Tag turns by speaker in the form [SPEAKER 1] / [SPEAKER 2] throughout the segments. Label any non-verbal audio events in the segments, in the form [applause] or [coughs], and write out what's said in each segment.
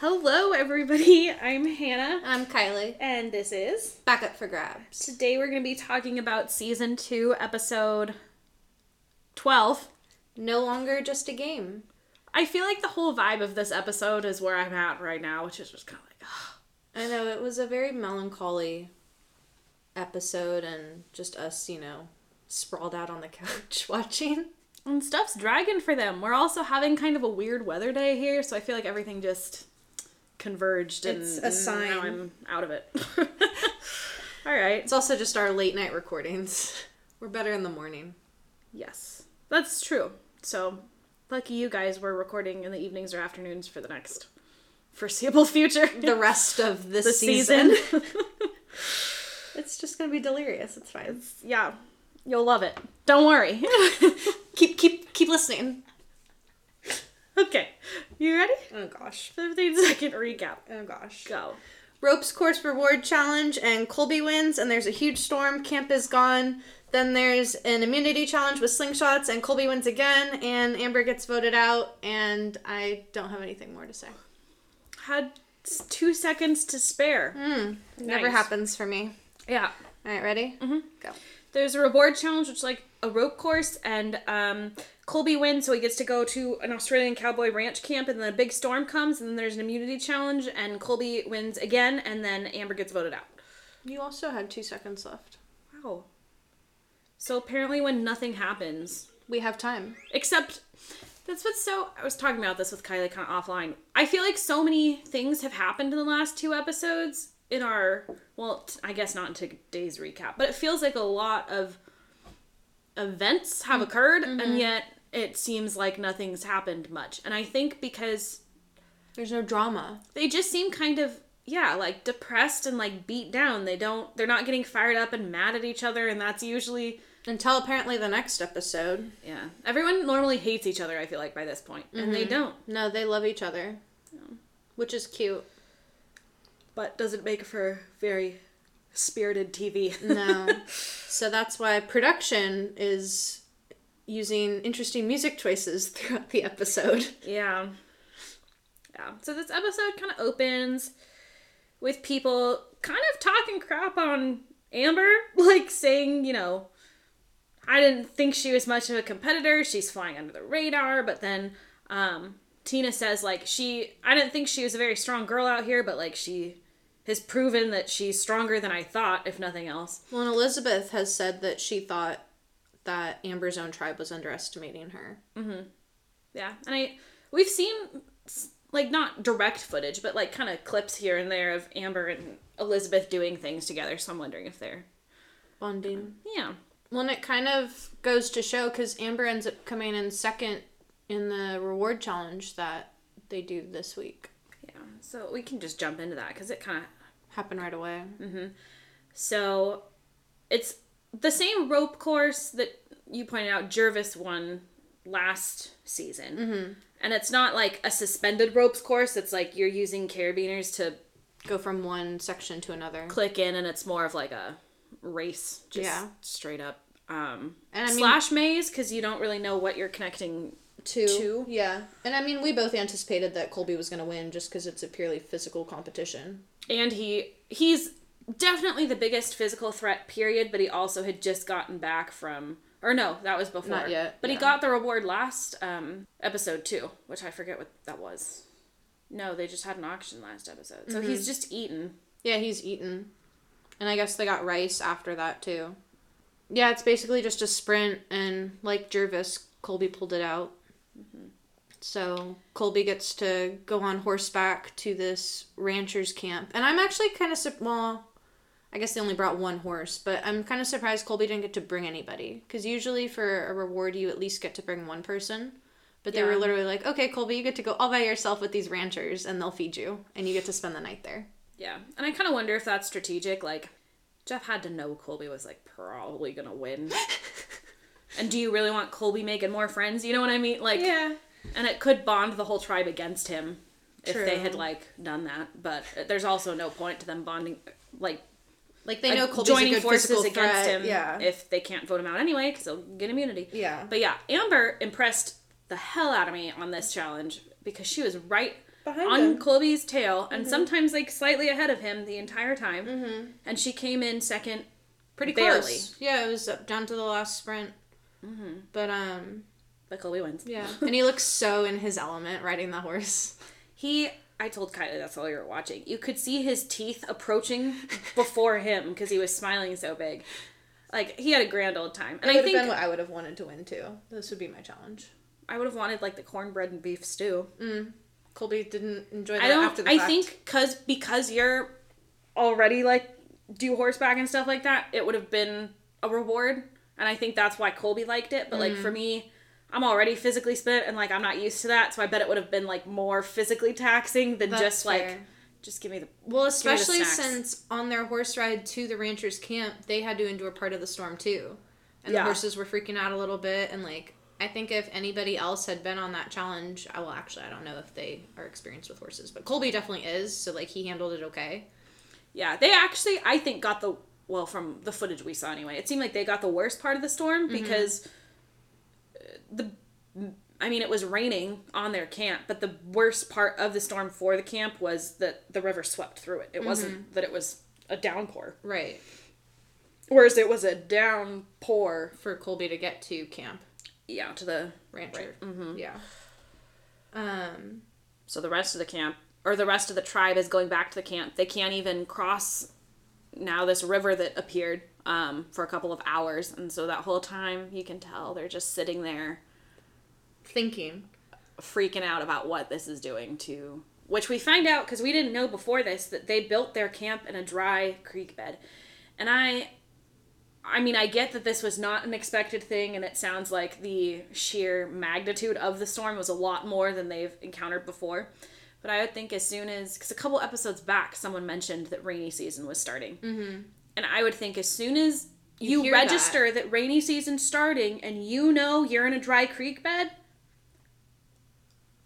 [SPEAKER 1] Hello, everybody. [laughs] I'm Hannah,
[SPEAKER 2] I'm Kylie.
[SPEAKER 1] and this is.
[SPEAKER 2] Back up for grabs.
[SPEAKER 1] Today, we're going to be talking about season two, episode 12.
[SPEAKER 2] No longer just a game.
[SPEAKER 1] I feel like the whole vibe of this episode is where I'm at right now, which is just kind of like,
[SPEAKER 2] I know it was a very melancholy episode and just us, you know, sprawled out on the [laughs] couch watching.
[SPEAKER 1] and stuff's dragging for them. We're also having kind of a weird weather day here, so I feel like everything just converged and
[SPEAKER 2] It's a sign.
[SPEAKER 1] now I'm out of it. [laughs] All right.
[SPEAKER 2] It's also just our late night recordings. We're better in the morning.
[SPEAKER 1] Yes. That's true. So, lucky you guys were recording in the evenings or afternoons for the next foreseeable future.
[SPEAKER 2] [laughs] The rest [laughs] of this
[SPEAKER 1] The
[SPEAKER 2] season.
[SPEAKER 1] [laughs] season.
[SPEAKER 2] It's just gonna be delirious. It's fine.
[SPEAKER 1] [laughs] yeah. You'll love it. Don't worry.
[SPEAKER 2] [laughs]
[SPEAKER 1] [laughs]
[SPEAKER 2] Keep keep keep listening.
[SPEAKER 1] okay. You ready?
[SPEAKER 2] Oh gosh.
[SPEAKER 1] 15 [laughs] second recap.
[SPEAKER 2] Oh gosh.
[SPEAKER 1] Go.
[SPEAKER 2] ropes course reward challenge and colby wins and there's a huge storm camp is gone then there's an immunity challenge with slingshots and colby wins again and amber gets voted out and i don't have anything more to say
[SPEAKER 1] Had s- two seconds to spare.
[SPEAKER 2] It Hmm, never
[SPEAKER 1] Nice.
[SPEAKER 2] happens for me
[SPEAKER 1] Yeah.
[SPEAKER 2] all right ready mm-hmm. go
[SPEAKER 1] There's a reward challenge, which is like a rope course, and um, Colby wins, so he gets to go to an Australian cowboy ranch camp, and then a big storm comes, and then there's an immunity challenge, and Colby wins again, and then Amber gets voted out.
[SPEAKER 2] you also had two seconds left
[SPEAKER 1] Wow. So apparently, when nothing happens,
[SPEAKER 2] we have time
[SPEAKER 1] Except that's what's so I was talking about this with Kylie kind of offline. I feel like so many things have happened in the last two episodes in our well, t- I guess not in today's recap, but it feels like a lot of events have occurred and yet it seems like nothing's happened much. And I think because
[SPEAKER 2] there's no drama
[SPEAKER 1] they just seem kind of yeah, like depressed and like beat down. They don't they're not getting fired up and mad at each other and that's usually
[SPEAKER 2] until apparently the next episode
[SPEAKER 1] yeah. Everyone normally hates each other, I feel like by this point, and they don't.
[SPEAKER 2] no they love each other which is cute
[SPEAKER 1] but doesn't make for very spirited [laughs] TV.
[SPEAKER 2] No. so that's why production is using interesting music choices [laughs] throughout the episode.
[SPEAKER 1] yeah. Yeah. So this episode kind of opens with people kind of talking crap on Amber, [laughs] like saying, you know, I didn't think she was much of a competitor. She's flying under the radar, but then um Tina says like she I didn't think she was a very strong girl out here, but like she has proven that she's stronger than I thought, if nothing else.
[SPEAKER 2] Well, and Elizabeth has said that she thought that Amber's own tribe was underestimating her.
[SPEAKER 1] Yeah, and I we've seen s- like not direct footage, but like kind of clips here and there of Amber and Elizabeth doing things together. So I'm wondering if they're
[SPEAKER 2] Bonding.
[SPEAKER 1] yeah.
[SPEAKER 2] Well, and it kind of goes to show because Amber ends up coming in second in the reward challenge that they do this week.
[SPEAKER 1] Yeah, so we can just jump into that because it kind of
[SPEAKER 2] Happened right away.
[SPEAKER 1] so it's the same rope course that you pointed out Jervis won last season, and it's not like a suspended ropes course. It's like you're using carabiners to
[SPEAKER 2] Go from one section to another.
[SPEAKER 1] click in, and it's more of like a race, just
[SPEAKER 2] Yeah.
[SPEAKER 1] straight up. Um,
[SPEAKER 2] And I mean,
[SPEAKER 1] slash maze because you don't really know what you're connecting.
[SPEAKER 2] Two.
[SPEAKER 1] Two.
[SPEAKER 2] Yeah. And I mean, we both anticipated that Colby was going to win just because it's a purely physical competition.
[SPEAKER 1] And he he's definitely the biggest physical threat. Period. But he also had just gotten back from. Or no, that was before.
[SPEAKER 2] Not yet,
[SPEAKER 1] But
[SPEAKER 2] yeah.
[SPEAKER 1] he got the reward last um, episode too, which I forget what that was. No, they just had an auction last episode. So
[SPEAKER 2] Mm-hmm.
[SPEAKER 1] he's just eaten.
[SPEAKER 2] Yeah, he's eaten. And I guess they got rice after that, too. Yeah, it's basically just a sprint, and like Jervis, Colby pulled it out. So Colby gets to go on horseback to this rancher's camp. And I'm actually kind of, su- well, I guess they only brought one horse, but I'm kind of surprised Colby didn't get to bring anybody. Because usually for a reward, you at least get to bring one person. But they were
[SPEAKER 1] Yeah.
[SPEAKER 2] literally like, okay, Colby, you get to go all by yourself with these ranchers, and they'll feed you, and you get to spend the night there.
[SPEAKER 1] Yeah, and I kind of wonder if that's strategic. Like, Jeff had to know Colby was like probably gonna
[SPEAKER 2] [laughs]
[SPEAKER 1] win. and do you really want Colby making more friends? You know what I mean? Like,
[SPEAKER 2] Yeah.
[SPEAKER 1] and it could bond the whole tribe against him if they had
[SPEAKER 2] True.
[SPEAKER 1] like done that. But there's also no point to them bonding, like
[SPEAKER 2] Like they know
[SPEAKER 1] like,
[SPEAKER 2] Colby's
[SPEAKER 1] joining
[SPEAKER 2] a good
[SPEAKER 1] forces
[SPEAKER 2] physical
[SPEAKER 1] against
[SPEAKER 2] threat.
[SPEAKER 1] him. if they can't vote him out anyway, because they'll get immunity.
[SPEAKER 2] Yeah.
[SPEAKER 1] but yeah, Amber impressed the hell out of me on this challenge because she was right
[SPEAKER 2] behind
[SPEAKER 1] on
[SPEAKER 2] him. Mm-hmm.
[SPEAKER 1] Colby's tail, and sometimes like slightly ahead of him the entire time.
[SPEAKER 2] Mhm.
[SPEAKER 1] And she came in second.
[SPEAKER 2] Pretty
[SPEAKER 1] Barely.
[SPEAKER 2] close. Yeah, it was up down to the last sprint. But um,
[SPEAKER 1] But Colby wins.
[SPEAKER 2] yeah, and he looks so in his element riding the horse.
[SPEAKER 1] He, I told Kylie that's all you were watching. You could see his teeth
[SPEAKER 2] [laughs]
[SPEAKER 1] approaching before him because he was smiling so big. Like he had a grand old time, and
[SPEAKER 2] That
[SPEAKER 1] I
[SPEAKER 2] would have
[SPEAKER 1] think
[SPEAKER 2] been what I would have wanted to win too. This would be my challenge.
[SPEAKER 1] I would have wanted like the cornbread and beef stew.
[SPEAKER 2] Colby didn't enjoy that
[SPEAKER 1] I don't.
[SPEAKER 2] after the
[SPEAKER 1] I
[SPEAKER 2] fact.
[SPEAKER 1] think because because you're already like do horseback and stuff like that, it would have been a reward, and I think that's why Colby liked it. But like
[SPEAKER 2] Mm-hmm.
[SPEAKER 1] for me, I'm already physically spent, and like I'm not used to that, so I bet it would have been like more physically taxing than
[SPEAKER 2] That's
[SPEAKER 1] just like
[SPEAKER 2] fair.
[SPEAKER 1] just give me the me
[SPEAKER 2] Well,
[SPEAKER 1] the
[SPEAKER 2] especially
[SPEAKER 1] snacks.
[SPEAKER 2] since on their horse ride to the rancher's camp, they had to endure part of the storm too. And
[SPEAKER 1] Yeah.
[SPEAKER 2] the horses were freaking out a little bit. And like, I think if anybody else had been on that challenge, I well, actually, I don't know if they are experienced with horses, but Colby definitely is. So like, he handled it okay.
[SPEAKER 1] yeah. They actually, I think, got the well from the footage we saw anyway. It seemed like they got the worst part of the storm because uh, the I mean, it was raining on their camp, but the worst part of the storm for the camp was that the river swept through it. It wasn't that it was a downpour,
[SPEAKER 2] Right.
[SPEAKER 1] whereas it was a downpour.
[SPEAKER 2] For Colby to get to camp
[SPEAKER 1] Yeah, to the
[SPEAKER 2] rancher.
[SPEAKER 1] Mm-hmm.
[SPEAKER 2] Yeah. Um,
[SPEAKER 1] so the rest of the camp or the rest of the tribe is going back to the camp they can't even cross now this river that appeared um, for a couple of hours and so that whole time you can tell they're just sitting there
[SPEAKER 2] thinking.
[SPEAKER 1] freaking out about what this is doing to which we find out because we didn't know before this that they built their camp in a dry creek bed and i i mean i get that this was not an expected thing and it sounds like the sheer magnitude of the storm was a lot more than they've encountered before but i would think as soon as because a couple episodes back someone mentioned that rainy season was starting mm-hmm. and i would think as soon as you,
[SPEAKER 2] hear that.
[SPEAKER 1] register that rainy season's starting and you know you're in a dry creek bed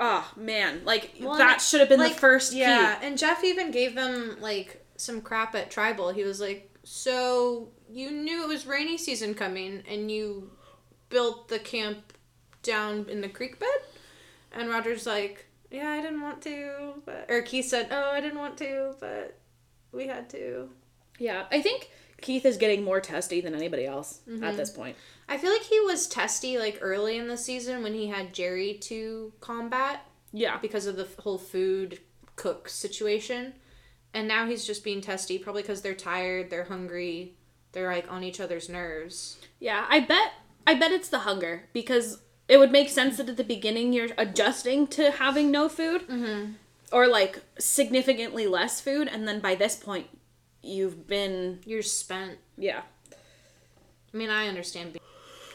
[SPEAKER 1] Oh man, like
[SPEAKER 2] Well,
[SPEAKER 1] that
[SPEAKER 2] and-
[SPEAKER 1] should have been
[SPEAKER 2] like,
[SPEAKER 1] the first key.
[SPEAKER 2] Yeah, and Jeff even gave them like some crap at Tribal. He was like, "So you knew it was rainy season coming, and you built the camp down in the creek bed?" And Roger's like, "Yeah, I didn't want to," but or Keith said, "Oh, I didn't want to, but we had to."
[SPEAKER 1] Yeah, I think Keith is getting more testy than anybody else at this point.
[SPEAKER 2] I feel like he was testy like early in the season when he had Jerry to combat.
[SPEAKER 1] Yeah,
[SPEAKER 2] because of the f- whole food cook situation. And now he's just being testy, probably because they're tired, they're hungry, they're like on each other's nerves.
[SPEAKER 1] yeah. I bet, I bet it's the hunger because it would make sense that at the beginning you're adjusting to having no food, or like significantly less food, and then by this point you've been
[SPEAKER 2] You're spent.
[SPEAKER 1] yeah.
[SPEAKER 2] I mean, I understand. Being,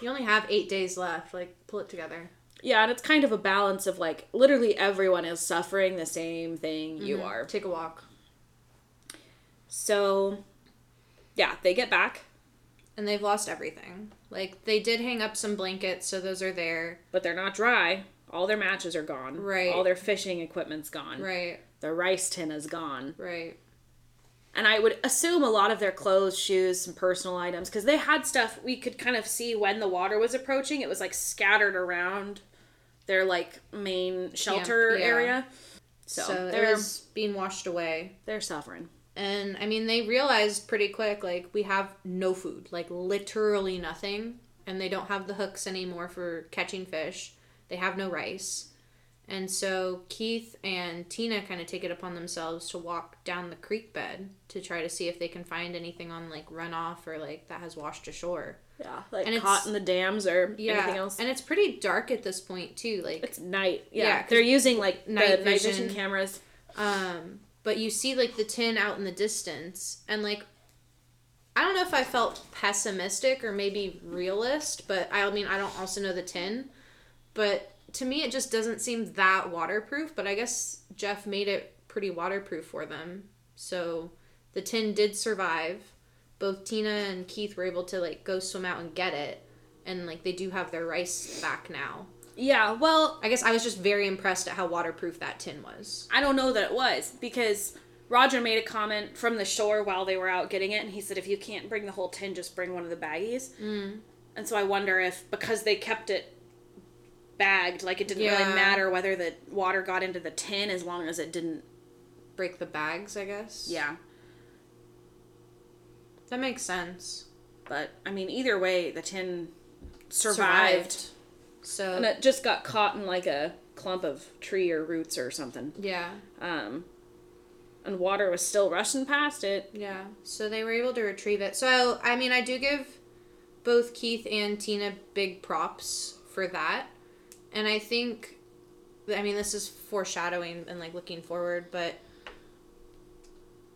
[SPEAKER 2] you only have eight days left. Like, pull it together.
[SPEAKER 1] Yeah, and it's kind of a balance of like literally everyone is suffering the same thing you are.
[SPEAKER 2] Take a walk.
[SPEAKER 1] So, yeah, they get back,
[SPEAKER 2] And they've lost everything. Like, they did hang up some blankets, so those are there.
[SPEAKER 1] but they're not dry. All their matches are gone.
[SPEAKER 2] Right.
[SPEAKER 1] All their fishing equipment's gone.
[SPEAKER 2] Right,
[SPEAKER 1] Their rice tin is gone.
[SPEAKER 2] right.
[SPEAKER 1] And I would assume a lot of their clothes, shoes, some personal items, because they had stuff we could kind of see when the water was approaching. It was like scattered around their like main shelter
[SPEAKER 2] yeah.
[SPEAKER 1] area. So,
[SPEAKER 2] So,
[SPEAKER 1] they're
[SPEAKER 2] it was being washed away.
[SPEAKER 1] they're suffering.
[SPEAKER 2] And I mean, they realized pretty quick, like, we have no food, like, literally nothing. And they don't have the hooks anymore for catching fish. They have no rice. And so Keith and Tina kind of take it upon themselves to walk down the creek bed to try to see if they can find anything on, like, runoff or, like, that has washed ashore.
[SPEAKER 1] Yeah, like
[SPEAKER 2] And it's-
[SPEAKER 1] caught in the dams or
[SPEAKER 2] Yeah.
[SPEAKER 1] anything else.
[SPEAKER 2] And it's pretty dark at this point, too. Like,
[SPEAKER 1] It's night. Yeah,
[SPEAKER 2] Yeah, 'cause
[SPEAKER 1] they're using like
[SPEAKER 2] night
[SPEAKER 1] the night vision
[SPEAKER 2] vision.
[SPEAKER 1] cameras.
[SPEAKER 2] Um, but you see like the tin out in the distance, and like I don't know if I felt pessimistic or maybe realist, but I mean I don't also know the tin, but to me it just doesn't seem that waterproof. But I guess Jeff made it pretty waterproof for them, so the tin did survive. Both Tina and Keith were able to like go swim out and get it, and like they do have their rice back now.
[SPEAKER 1] Yeah, well,
[SPEAKER 2] I guess I was just very impressed at how waterproof that tin was.
[SPEAKER 1] I don't know that it was because Roger made a comment from the shore while they were out getting it, and he said, "If you can't bring the whole tin, just bring one of the baggies." Mm. And so I wonder if because they kept it bagged. Like it didn't
[SPEAKER 2] Yeah.
[SPEAKER 1] really matter whether the water got into the tin as long as it didn't.
[SPEAKER 2] Break the bags, I guess.
[SPEAKER 1] Yeah.
[SPEAKER 2] That makes sense.
[SPEAKER 1] But I mean, either way, the tin survived.
[SPEAKER 2] So
[SPEAKER 1] And it just got caught in like a clump of tree or roots or something.
[SPEAKER 2] yeah,
[SPEAKER 1] Um, and water was still rushing past it.
[SPEAKER 2] yeah. So they were able to retrieve it. So I mean, I do give both Keith and Tina big props for that, and I think, I mean, this is foreshadowing and like looking forward, but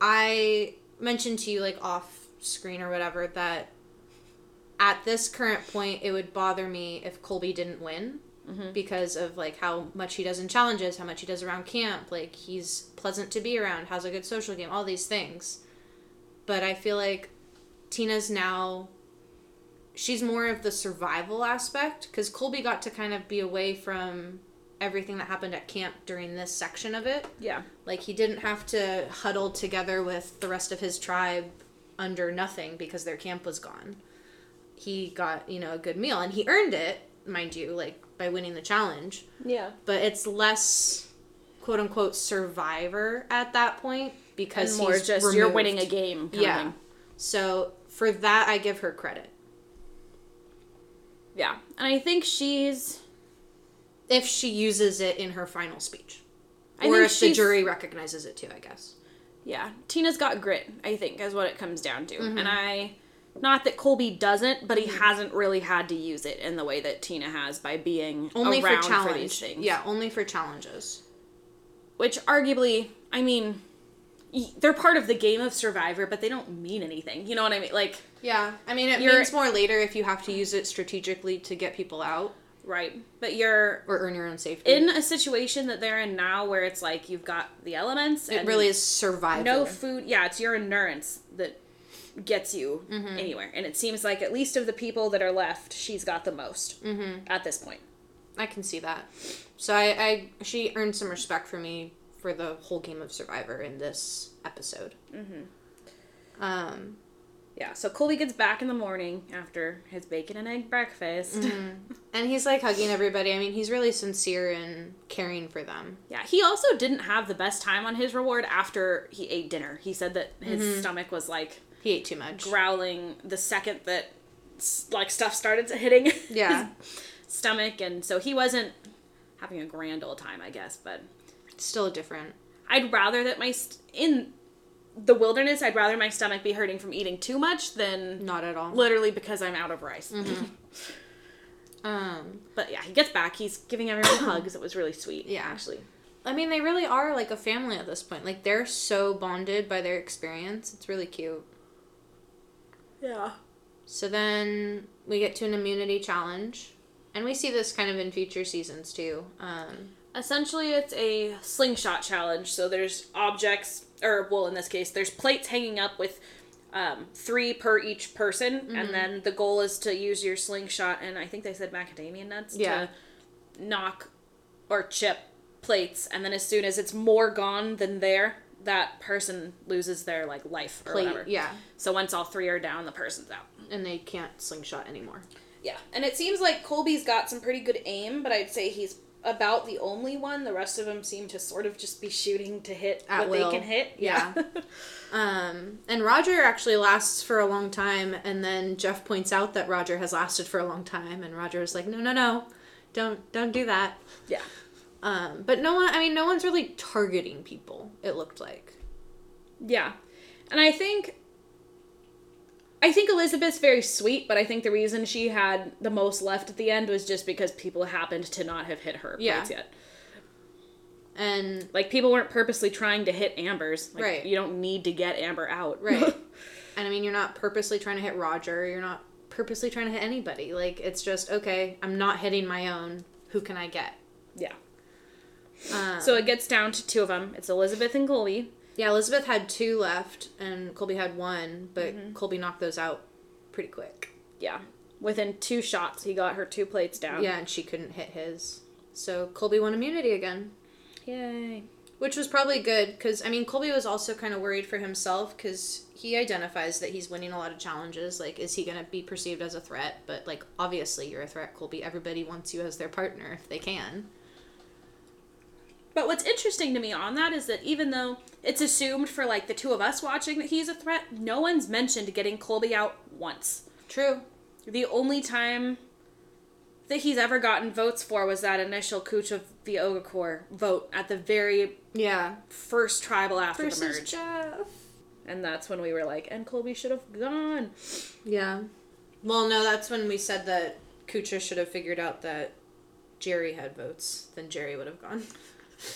[SPEAKER 2] I mentioned to you like off screen or whatever that at this current point it would bother me if Colby didn't win. because of like how much he does in challenges, how much he does around camp. Like he's pleasant to be around, has a good social game, all these things. But I feel like Tina's now she's more of the survival aspect cuz Colby got to kind of be away from everything that happened at camp during this section of it.
[SPEAKER 1] Yeah.
[SPEAKER 2] Like he didn't have to huddle together with the rest of his tribe under nothing because their camp was gone. He got, you know, a good meal and he earned it, mind you, like by winning the challenge.
[SPEAKER 1] Yeah.
[SPEAKER 2] But it's less quote unquote survivor at that point because
[SPEAKER 1] And more
[SPEAKER 2] he's
[SPEAKER 1] just you're
[SPEAKER 2] removed.
[SPEAKER 1] winning a game. Kind
[SPEAKER 2] Yeah.
[SPEAKER 1] Of thing.
[SPEAKER 2] So for that I give her credit.
[SPEAKER 1] Yeah. And I think she's.
[SPEAKER 2] If she uses it in her final speech.
[SPEAKER 1] I
[SPEAKER 2] or
[SPEAKER 1] think
[SPEAKER 2] if the
[SPEAKER 1] she's-
[SPEAKER 2] jury recognizes it too, I guess.
[SPEAKER 1] Yeah, Tina's got grit, I think, is what it comes down to.
[SPEAKER 2] Mm-hmm.
[SPEAKER 1] And I, not that Colby doesn't, but he hasn't really had to use it in the way that Tina has by being
[SPEAKER 2] Only for
[SPEAKER 1] around
[SPEAKER 2] challenge.
[SPEAKER 1] for these things.
[SPEAKER 2] Yeah, only for challenges.
[SPEAKER 1] which arguably, I mean, y- they're part of the game of Survivor, but they don't mean anything. You know what I mean? Like,
[SPEAKER 2] Yeah, I mean, it
[SPEAKER 1] You're-
[SPEAKER 2] means more later if you have to use it strategically to get people out
[SPEAKER 1] right? But you're
[SPEAKER 2] or earn your own safety.
[SPEAKER 1] in a situation that they're in now, where it's like you've got the elements.
[SPEAKER 2] it
[SPEAKER 1] and
[SPEAKER 2] really is survival.
[SPEAKER 1] no food. Yeah, it's your endurance that gets you anywhere. And it seems like at least of the people that are left, she's got the most at this point.
[SPEAKER 2] I can see that. So I, I, she earned some respect for me for the whole game of Survivor in this episode. Mm-hmm. Um,
[SPEAKER 1] Yeah. So Colby gets back in the morning after his bacon and egg breakfast.
[SPEAKER 2] and he's like hugging everybody. I mean, he's really sincere and caring for them.
[SPEAKER 1] [laughs] Yeah. He also didn't have the best time on his reward after he ate dinner. He said that his stomach was like
[SPEAKER 2] He ate too much.
[SPEAKER 1] growling the second that s- like stuff started hitting [laughs]
[SPEAKER 2] Yeah,
[SPEAKER 1] his stomach, and so he wasn't having a grand old time, I guess. But
[SPEAKER 2] it's still different.
[SPEAKER 1] I'd rather that my st- in the wilderness, I'd rather my stomach be hurting from eating too much than
[SPEAKER 2] Not at all.
[SPEAKER 1] literally because I'm out of rice.
[SPEAKER 2] Um,
[SPEAKER 1] But yeah, he gets back. He's giving everyone [coughs] hugs. It was really sweet.
[SPEAKER 2] Yeah.
[SPEAKER 1] actually.
[SPEAKER 2] I mean, they really are like a family at this point. Like they're so bonded by their experience. It's really cute.
[SPEAKER 1] Yeah.
[SPEAKER 2] So then we get to an immunity challenge, and we see this kind of in future seasons too. Um,
[SPEAKER 1] Essentially, it's a slingshot challenge. So there's objects, or well, in this case, there's plates hanging up with um, three per each person, and
[SPEAKER 2] Mm-hmm.
[SPEAKER 1] then the goal is to use your slingshot and I think they said macadamia nuts
[SPEAKER 2] Yeah.
[SPEAKER 1] to knock or chip plates, and then as soon as it's more gone than there, that person loses their like life or
[SPEAKER 2] plate,
[SPEAKER 1] whatever.
[SPEAKER 2] yeah,
[SPEAKER 1] So once all three are down, the person's out.
[SPEAKER 2] and they can't slingshot anymore.
[SPEAKER 1] Yeah, and it seems like Colby's got some pretty good aim, but I'd say he's about the only one. The rest of them seem to sort of just be shooting to hit
[SPEAKER 2] At
[SPEAKER 1] what
[SPEAKER 2] will.
[SPEAKER 1] they can hit.
[SPEAKER 2] Yeah. Um, and Roger actually lasts for a long time, and then Jeff points out that Roger has lasted for a long time, and Roger is like, no, no, no, don't, don't do that.
[SPEAKER 1] [laughs] yeah.
[SPEAKER 2] Um, but no one, I mean, no one's really targeting people. It looked like.
[SPEAKER 1] Yeah. And I think I think Elizabeth's very sweet, but I think the reason she had the most left at the end was just because people happened to not have hit her
[SPEAKER 2] Yeah.
[SPEAKER 1] plates yet.
[SPEAKER 2] And
[SPEAKER 1] Like people weren't purposely trying to hit Amber's. Like,
[SPEAKER 2] Right.
[SPEAKER 1] You don't need to get Amber out. [laughs]
[SPEAKER 2] Right. and I mean, you're not purposely trying to hit Roger. You're not purposely trying to hit anybody. Like, it's just, okay, I'm not hitting my own. Who can I get?
[SPEAKER 1] yeah.
[SPEAKER 2] Um,
[SPEAKER 1] So it gets down to two of them. It's Elizabeth and Colby.
[SPEAKER 2] yeah, Elizabeth had two left, and Colby had one, but Colby knocked those out pretty quick.
[SPEAKER 1] Yeah. Within two shots, he got her two
[SPEAKER 2] Um,
[SPEAKER 1] plates down.
[SPEAKER 2] Yeah, and she couldn't hit his. So Colby won immunity again,
[SPEAKER 1] Yay.
[SPEAKER 2] Which was probably good because, I mean, Colby was also kind of worried for himself because he identifies that he's winning a lot of challenges. Like, is he going to be perceived as a threat? But, like, obviously you're a threat, Colby. Everybody wants you as their partner if they can.
[SPEAKER 1] But what's interesting to me on that is that even though it's assumed for like the two of us watching that he's a threat, no one's mentioned getting Colby out once.
[SPEAKER 2] True.
[SPEAKER 1] The only time that he's ever gotten votes for was that initial Cooch of the Ogre vote at the very
[SPEAKER 2] Yeah.
[SPEAKER 1] first tribal after the
[SPEAKER 2] Versus
[SPEAKER 1] merge.
[SPEAKER 2] Jeff.
[SPEAKER 1] and that's when we were like, and Colby should have gone.
[SPEAKER 2] Yeah. Well, no, that's when we said that Kucha should have figured out that Jerry had votes. Then Jerry would have gone.
[SPEAKER 1] [laughs]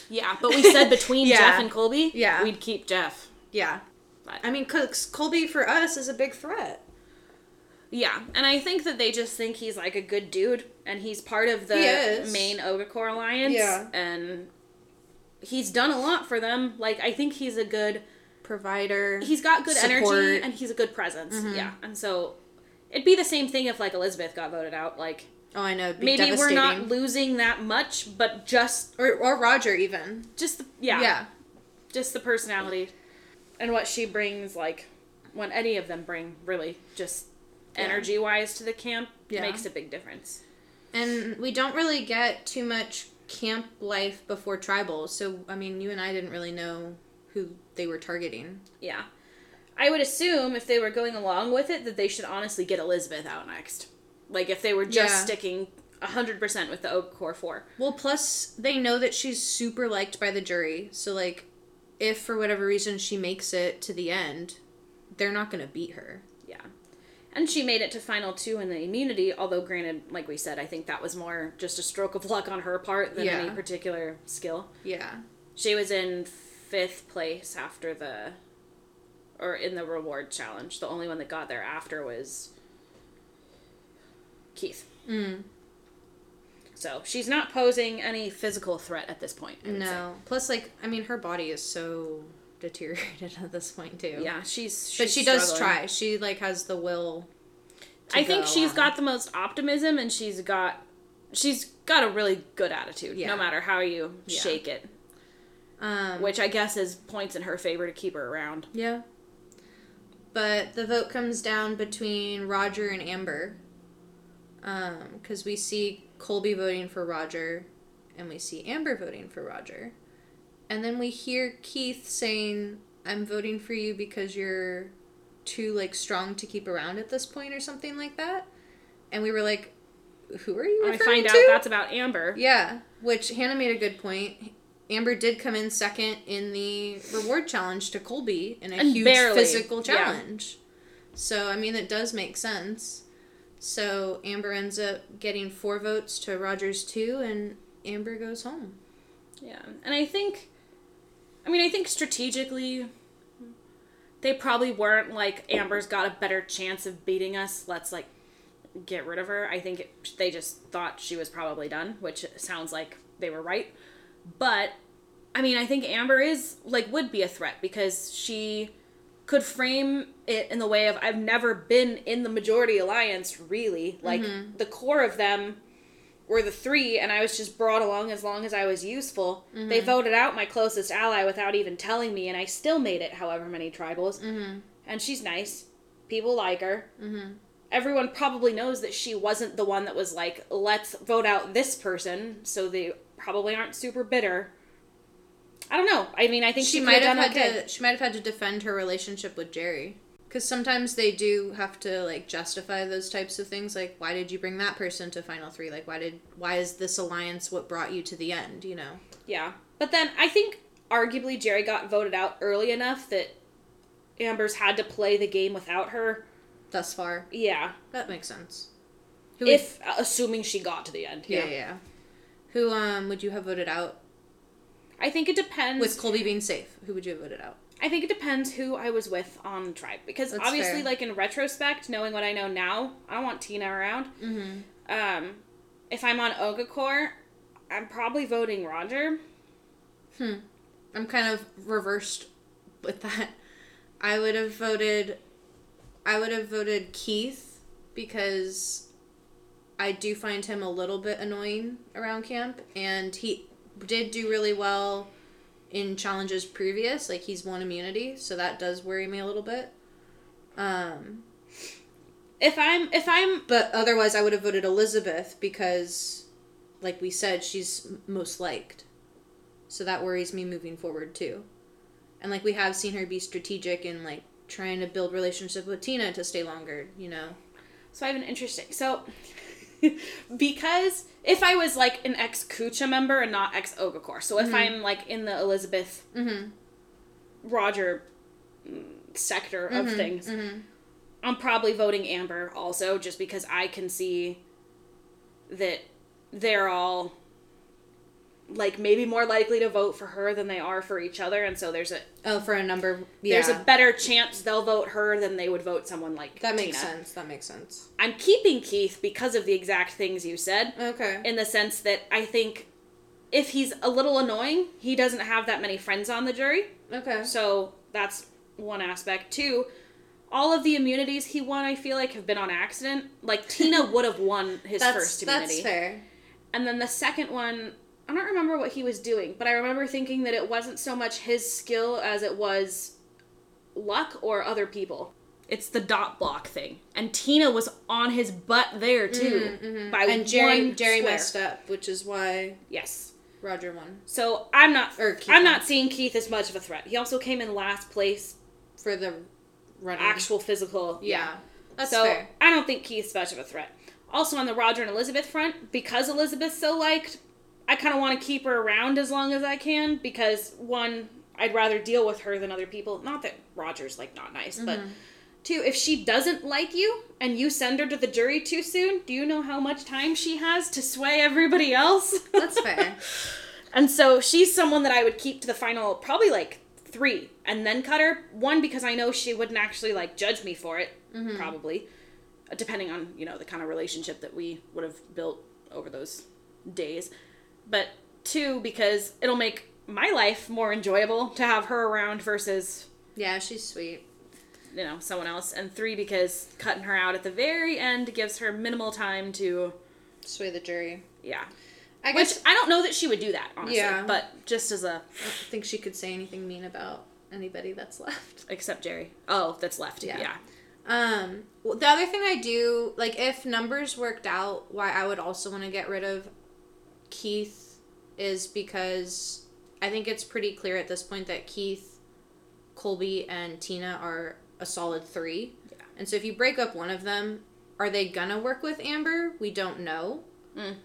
[SPEAKER 1] Yeah, but we said between
[SPEAKER 2] Yeah.
[SPEAKER 1] Jeff and Colby,
[SPEAKER 2] Yeah.
[SPEAKER 1] we'd keep Jeff.
[SPEAKER 2] Yeah.
[SPEAKER 1] But-
[SPEAKER 2] I mean, 'cause Colby for us is a big threat.
[SPEAKER 1] Yeah, and I think that they just think he's like a good dude, and he's part of
[SPEAKER 2] He
[SPEAKER 1] the
[SPEAKER 2] is.
[SPEAKER 1] main Ogre alliance.
[SPEAKER 2] Yeah.
[SPEAKER 1] and he's done a lot for them. Like I think he's a good,
[SPEAKER 2] Provider.
[SPEAKER 1] he's got good
[SPEAKER 2] Support. Mm-hmm.
[SPEAKER 1] energy, and he's a good presence. Yeah, and so it'd be the same thing if like Elizabeth got voted out. Like
[SPEAKER 2] Oh, I know. It'd be
[SPEAKER 1] maybe we're
[SPEAKER 2] devastating.
[SPEAKER 1] not losing that much, but just
[SPEAKER 2] Or, or Roger, even.
[SPEAKER 1] just the, yeah, just the personality and what she brings. Like when any of them bring, really just
[SPEAKER 2] Yeah.
[SPEAKER 1] energy wise to the camp
[SPEAKER 2] Yeah.
[SPEAKER 1] makes a big difference.
[SPEAKER 2] And we don't really get too much camp life before tribal. So, I mean, you and I didn't really know who they were targeting.
[SPEAKER 1] Yeah. I would assume if they were going along with it that they should honestly get Elizabeth out next. Like if they were just
[SPEAKER 2] Yeah.
[SPEAKER 1] sticking 100% with the Oak Core 4.
[SPEAKER 2] Well, plus, they know that she's super liked by the jury. So, like, if for whatever reason she makes it to the end, they're not going to beat her.
[SPEAKER 1] Yeah. And she made it to final 2 in the immunity, although granted like we said I think that was more just a stroke of luck on her part than
[SPEAKER 2] Yeah.
[SPEAKER 1] any particular skill.
[SPEAKER 2] Yeah.
[SPEAKER 1] She was in 5th place after the or in the reward challenge. The only one that got there after was Keith.
[SPEAKER 2] Mm.
[SPEAKER 1] So she's not posing any physical threat at this point. I would
[SPEAKER 2] No. Plus, like, I mean, her body is so [laughs] deteriorated at this point, too.
[SPEAKER 1] say. Yeah, she's.
[SPEAKER 2] But
[SPEAKER 1] she's
[SPEAKER 2] she does
[SPEAKER 1] struggling.
[SPEAKER 2] try. She, like, has the will. to
[SPEAKER 1] I think
[SPEAKER 2] go
[SPEAKER 1] she's
[SPEAKER 2] on.
[SPEAKER 1] got the most optimism, and she's got, she's got a really good attitude.
[SPEAKER 2] Yeah.
[SPEAKER 1] No matter how you
[SPEAKER 2] Yeah.
[SPEAKER 1] shake it,
[SPEAKER 2] Um,
[SPEAKER 1] which I guess is points in her favor to keep her around.
[SPEAKER 2] Yeah. But the vote comes down between Roger and Amber. Because we see Colby voting for Roger, and we see Amber voting for Roger. And then we hear Keith saying, I'm voting for you because you're too, like, strong to keep around at this point or something like that. And we were like, who are you
[SPEAKER 1] And I
[SPEAKER 2] referring
[SPEAKER 1] find out
[SPEAKER 2] to?
[SPEAKER 1] that's about Amber.
[SPEAKER 2] Yeah, which Hannah made a good point. Amber did come in second in the reward challenge to Colby in a
[SPEAKER 1] And
[SPEAKER 2] huge
[SPEAKER 1] barely,
[SPEAKER 2] physical
[SPEAKER 1] yeah.
[SPEAKER 2] challenge. So, I mean, it does make sense. So, Amber ends up getting four votes to Rogers two, and Amber goes home.
[SPEAKER 1] Yeah, and I think, I mean, I think strategically, they probably weren't like Amber's got a better chance of beating us. Let's like get rid of her. I think it, they just thought she was probably done, which sounds like they were right. But I mean, I think Amber is like would be a threat because she could frame it in the way of I've never been in the majority alliance really. Like
[SPEAKER 2] Mm-hmm.
[SPEAKER 1] the core of them were the three and I was just brought along as long as I was useful. They
[SPEAKER 2] Mm-hmm.
[SPEAKER 1] voted out my closest ally without even telling me and I still made it however many tribals.
[SPEAKER 2] Mhm.
[SPEAKER 1] And she's nice. People like her.
[SPEAKER 2] Mm-hmm.
[SPEAKER 1] Everyone probably knows that she wasn't the one that was like, let's vote out this person, so they probably aren't super bitter. I don't know. I mean, I think
[SPEAKER 2] She might
[SPEAKER 1] done
[SPEAKER 2] have had
[SPEAKER 1] okay.
[SPEAKER 2] to. She might have had to defend her relationship with Jerry. Because sometimes they do have to like justify those types of things, like why did you bring that person to final three? Like why did why is this alliance what brought you to the end? You know.
[SPEAKER 1] Yeah. But then I think arguably Jerry got voted out early enough that Amber's had to play the game without her.
[SPEAKER 2] thus far.
[SPEAKER 1] Yeah.
[SPEAKER 2] That makes sense. Who would-
[SPEAKER 1] If assuming she got to the end.
[SPEAKER 2] yeah, yeah, yeah. Who um would you have voted out
[SPEAKER 1] I think it depends
[SPEAKER 2] with Colby being safe? Who would you have voted out?
[SPEAKER 1] I think it depends who I was with on Tribe because
[SPEAKER 2] That's
[SPEAKER 1] obviously,
[SPEAKER 2] fair.
[SPEAKER 1] like in retrospect, knowing what I know now, I don't want Tina around.
[SPEAKER 2] Mhm.
[SPEAKER 1] Um, if I'm on Ogakor, I'm probably voting Roger.
[SPEAKER 2] Hmm. I'm kind of reversed with that. I would have voted I would have voted Keith because I do find him a little bit annoying around camp and he did do really well in challenges previous. Like he's won immunity, so that does worry me a little bit. Um,
[SPEAKER 1] If I'm if I'm
[SPEAKER 2] but otherwise, I would have voted Elizabeth because, like we said, she's m- most liked. So that worries me moving forward too. And like we have seen her be strategic in like trying to build relationship with Tina to stay longer, you know.
[SPEAKER 1] So I have an interesting. So [laughs] because if I was like an ex Kucha member and not ex Ogakor, so if I'm like in the Elizabeth
[SPEAKER 2] Mm-hmm.
[SPEAKER 1] Roger mm, sector of things,
[SPEAKER 2] Mm-hmm.
[SPEAKER 1] I'm probably voting Amber also just because I can see that they're all like maybe more likely to vote for her than they are for each other and so there's a
[SPEAKER 2] Oh, for a number. Yeah.
[SPEAKER 1] there's a better chance they'll vote her than they would vote someone like
[SPEAKER 2] that makes
[SPEAKER 1] Tina.
[SPEAKER 2] sense. That makes sense.
[SPEAKER 1] I'm keeping Keith because of the exact things you said.
[SPEAKER 2] Okay.
[SPEAKER 1] in the sense that I think if he's a little annoying, he doesn't have that many friends on the jury.
[SPEAKER 2] Okay.
[SPEAKER 1] So that's one aspect. Two, all of the immunities he won, I feel like, have been on accident. Like [laughs] Tina would have won his
[SPEAKER 2] That's
[SPEAKER 1] first immunity.
[SPEAKER 2] that's fair.
[SPEAKER 1] And then the second one, I don't remember what he was doing, but I remember thinking that it wasn't so much his skill as it was luck or other people. It's the dot block thing. And Tina was on his butt there too. By
[SPEAKER 2] Mm-hmm, And Jerry
[SPEAKER 1] one
[SPEAKER 2] Jerry
[SPEAKER 1] square.
[SPEAKER 2] messed up, which is why
[SPEAKER 1] Yes.
[SPEAKER 2] Roger won
[SPEAKER 1] So I'm not
[SPEAKER 2] Or Keith
[SPEAKER 1] I'm
[SPEAKER 2] won.
[SPEAKER 1] not seeing Keith as much of a threat. He also came in last place
[SPEAKER 2] for the running.
[SPEAKER 1] actual physical.
[SPEAKER 2] Mm-hmm. yeah. That's
[SPEAKER 1] so
[SPEAKER 2] fair.
[SPEAKER 1] I don't think Keith's much of a threat. Also on the Roger and Elizabeth front, because Elizabeth's so liked, I kind of want to keep her around as long as I can because one, I'd rather deal with her than other people. Not that Roger's like not nice, but
[SPEAKER 2] Mm-hmm.
[SPEAKER 1] two, if she doesn't like you and you send her to the jury too soon, do you know how much time she has to sway everybody else?
[SPEAKER 2] That's fair.
[SPEAKER 1] [laughs] And so she's someone that I would keep to the final probably like three and then cut her. One, because I know she wouldn't actually like judge me for it,
[SPEAKER 2] Mm-hmm.
[SPEAKER 1] probably, uh, depending on, you know, the kind of relationship that we would have built over those days. But two, because it'll make my life more enjoyable to have her around versus,
[SPEAKER 2] Yeah, she's sweet.
[SPEAKER 1] you know, someone else. And three, because cutting her out at the very end gives her minimal time to,
[SPEAKER 2] Sway the jury.
[SPEAKER 1] yeah.
[SPEAKER 2] I
[SPEAKER 1] Which
[SPEAKER 2] guess
[SPEAKER 1] I don't know that she would do that, honestly.
[SPEAKER 2] Yeah.
[SPEAKER 1] But just as a
[SPEAKER 2] I don't think she could say anything mean about anybody that's left.
[SPEAKER 1] except Jerry. Oh, that's left.
[SPEAKER 2] Yeah.
[SPEAKER 1] Yeah.
[SPEAKER 2] Um, well, the other thing I do, like, if numbers worked out, why I would also want to get rid of Keith is because I think it's pretty clear at this point that Keith, Colby, and Tina are a solid three.
[SPEAKER 1] Yeah.
[SPEAKER 2] And so if you break up one of them, are they gonna work with Amber? We don't know.
[SPEAKER 1] Mm.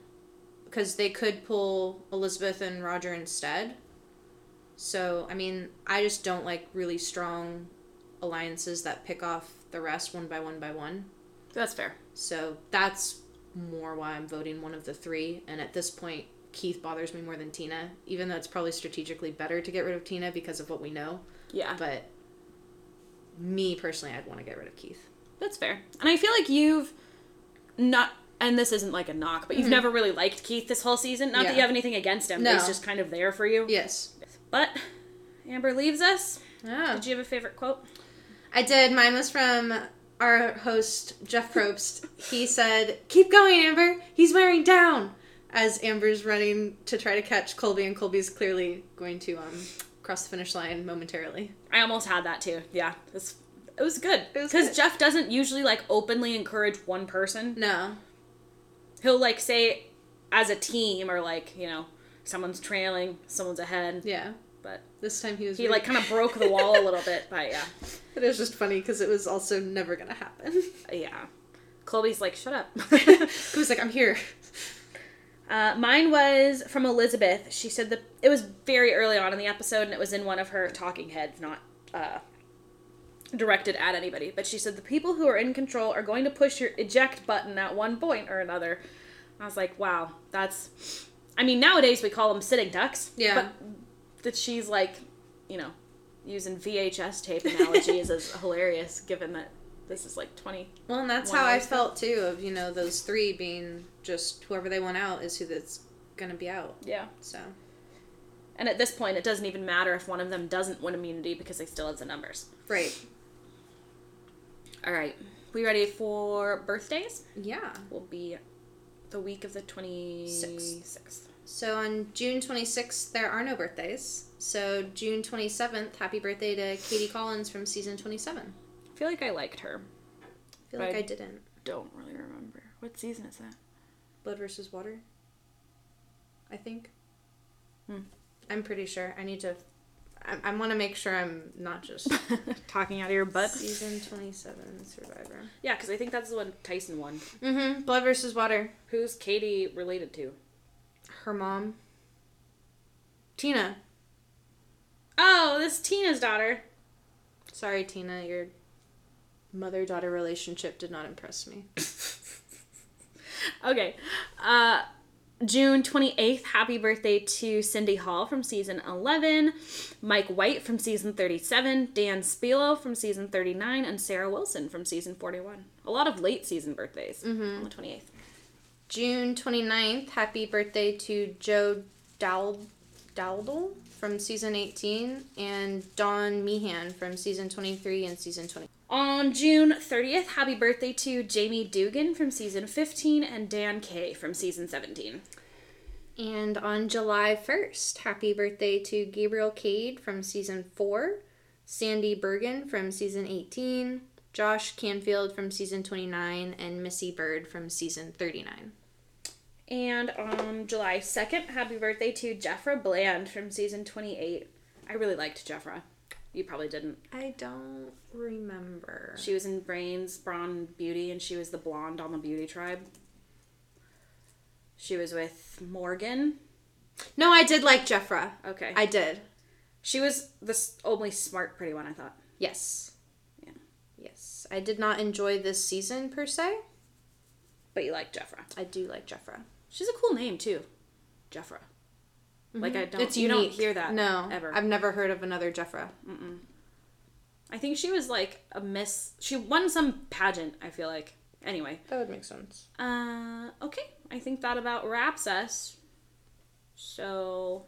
[SPEAKER 2] Because they could pull Elizabeth and Roger instead. So, I mean, I just don't like really strong alliances that pick off the rest one by one by one.
[SPEAKER 1] That's fair.
[SPEAKER 2] So that's more why I'm voting one of the three. And at this point, Keith bothers me more than Tina, even though it's probably strategically better to get rid of Tina because of what we know.
[SPEAKER 1] Yeah.
[SPEAKER 2] But me personally, I'd want to get rid of Keith.
[SPEAKER 1] That's fair. And I feel like you've not and this isn't like a knock, but you've never really liked Keith this whole season. Not that
[SPEAKER 2] Mm-hmm. Yeah.
[SPEAKER 1] you have anything against him.
[SPEAKER 2] No.
[SPEAKER 1] He's just kind of there for you.
[SPEAKER 2] Yes.
[SPEAKER 1] But Amber leaves us.
[SPEAKER 2] Ah.
[SPEAKER 1] Did you have a favorite quote?
[SPEAKER 2] I did. Mine was from our host, Jeff Probst. He said, Keep going, Amber. He's wearing down. As Amber's running to try to catch Colby, and Colby's clearly going to um, cross the finish line momentarily.
[SPEAKER 1] I almost had that too. Yeah. It's it was good.
[SPEAKER 2] It was good.
[SPEAKER 1] Because Jeff doesn't usually like openly encourage one person.
[SPEAKER 2] No.
[SPEAKER 1] He'll like say as a team or like, you know, someone's trailing, someone's ahead.
[SPEAKER 2] Yeah.
[SPEAKER 1] But
[SPEAKER 2] This time he was.
[SPEAKER 1] he like kind of broke the wall a little bit, but yeah.
[SPEAKER 2] [laughs] It was just funny because it was also never going to happen. [laughs]
[SPEAKER 1] Yeah. Colby's like, shut up. [laughs]
[SPEAKER 2] He was like, I'm here.
[SPEAKER 1] uh, mine was from Elizabeth. She said that it was very early on in the episode and it was in one of her talking heads, not uh, directed at anybody. But she said, the people who are in control are going to push your eject button at one point or another. I was like, wow, that's. I mean, nowadays we call them sitting ducks.
[SPEAKER 2] Yeah.
[SPEAKER 1] But that she's like, you know, using VHS tape analogies is hilarious given that this is like 20.
[SPEAKER 2] Well, and that's
[SPEAKER 1] One
[SPEAKER 2] how I
[SPEAKER 1] always does.
[SPEAKER 2] felt too of, you know, those three being just whoever they want out is who that's going to be out.
[SPEAKER 1] Yeah.
[SPEAKER 2] So.
[SPEAKER 1] And at this point, it doesn't even matter if one of them doesn't win immunity because they still have the numbers.
[SPEAKER 2] Right.
[SPEAKER 1] All right. We ready for birthdays?
[SPEAKER 2] Yeah.
[SPEAKER 1] Will be the week of the 26th.
[SPEAKER 2] Sixth. So on June 26th, there are no birthdays. So June 27th, happy birthday to Katie Collins from season 27.
[SPEAKER 1] I feel like I liked her.
[SPEAKER 2] I feel like
[SPEAKER 1] Right.
[SPEAKER 2] I didn't.
[SPEAKER 1] Don't really remember. What season is that?
[SPEAKER 2] Blood versus water. I think.
[SPEAKER 1] Hmm.
[SPEAKER 2] I'm pretty sure. I need to. I, I want to make sure I'm not [laughs] just.
[SPEAKER 1] [laughs] Talking out of your butt.
[SPEAKER 2] Season 27 Survivor.
[SPEAKER 1] Yeah, because I think that's the one Tyson won.
[SPEAKER 2] Mm hmm. Blood versus water.
[SPEAKER 1] Who's Katie related to?
[SPEAKER 2] Her mom. Tina.
[SPEAKER 1] Oh, this Tina's daughter.
[SPEAKER 2] Sorry, Tina. Your mother daughter relationship did not impress me.
[SPEAKER 1] Okay. Uh, June 28th, happy birthday to Cindy Hall from season 11, Mike White from season 37, Dan Spilo from season 39, and Sarah Wilson from season 41. A lot of late season birthdays on the 28th.
[SPEAKER 2] June 29th, happy birthday to Joe Dowd- Dowdle from season 18 and Dawn Meehan from season 23 and season 20.
[SPEAKER 1] On June 30th, happy birthday to Jamie Dugan from season 15 and Dan Kay from season 17.
[SPEAKER 2] And on July 1st, happy birthday to Gabriel Cade from season 4, Sandy Bergen from season 18, Josh Canfield from season 29, and Missy Bird from season 39.
[SPEAKER 1] And on July 2nd, happy birthday to Jeffra Bland from season 28. I really liked Jeffra. You probably didn't.
[SPEAKER 2] I don't remember.
[SPEAKER 1] She was in Brains, Brawn, Beauty, and she was the blonde on the Beauty Tribe. She was with Morgan.
[SPEAKER 2] No, I did like Jeffra.
[SPEAKER 1] Okay.
[SPEAKER 2] I did.
[SPEAKER 1] she was the s- only smart, pretty one, I thought.
[SPEAKER 2] Yes.
[SPEAKER 1] Yeah.
[SPEAKER 2] Yes. I did not enjoy this season per se.
[SPEAKER 1] But you like Jeffra.
[SPEAKER 2] I do like Jeffra.
[SPEAKER 1] She's a cool name, too. Jeffra. Like, I don't,
[SPEAKER 2] Mm-hmm. It's
[SPEAKER 1] you
[SPEAKER 2] unique.
[SPEAKER 1] don't hear that
[SPEAKER 2] No.
[SPEAKER 1] ever.
[SPEAKER 2] I've never heard of another Jeffra.
[SPEAKER 1] I think she was like a miss. She won some pageant, I feel like. Anyway.
[SPEAKER 2] That would make sense.
[SPEAKER 1] Uh, okay. I think that about wraps us. So,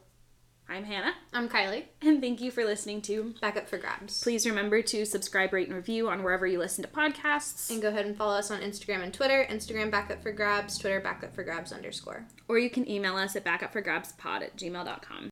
[SPEAKER 1] I'm Hannah,
[SPEAKER 2] I'm Kylie.
[SPEAKER 1] and thank you for listening to.
[SPEAKER 2] Back up for grabs.
[SPEAKER 1] Please remember to subscribe, rate, and review on wherever you listen to podcasts.
[SPEAKER 2] And go ahead and follow us on Instagram and Twitter. Instagram back up for grabs, Twitter back up for grabs underscore.
[SPEAKER 1] Or you can email us at backupforgrabspod at gmail.com.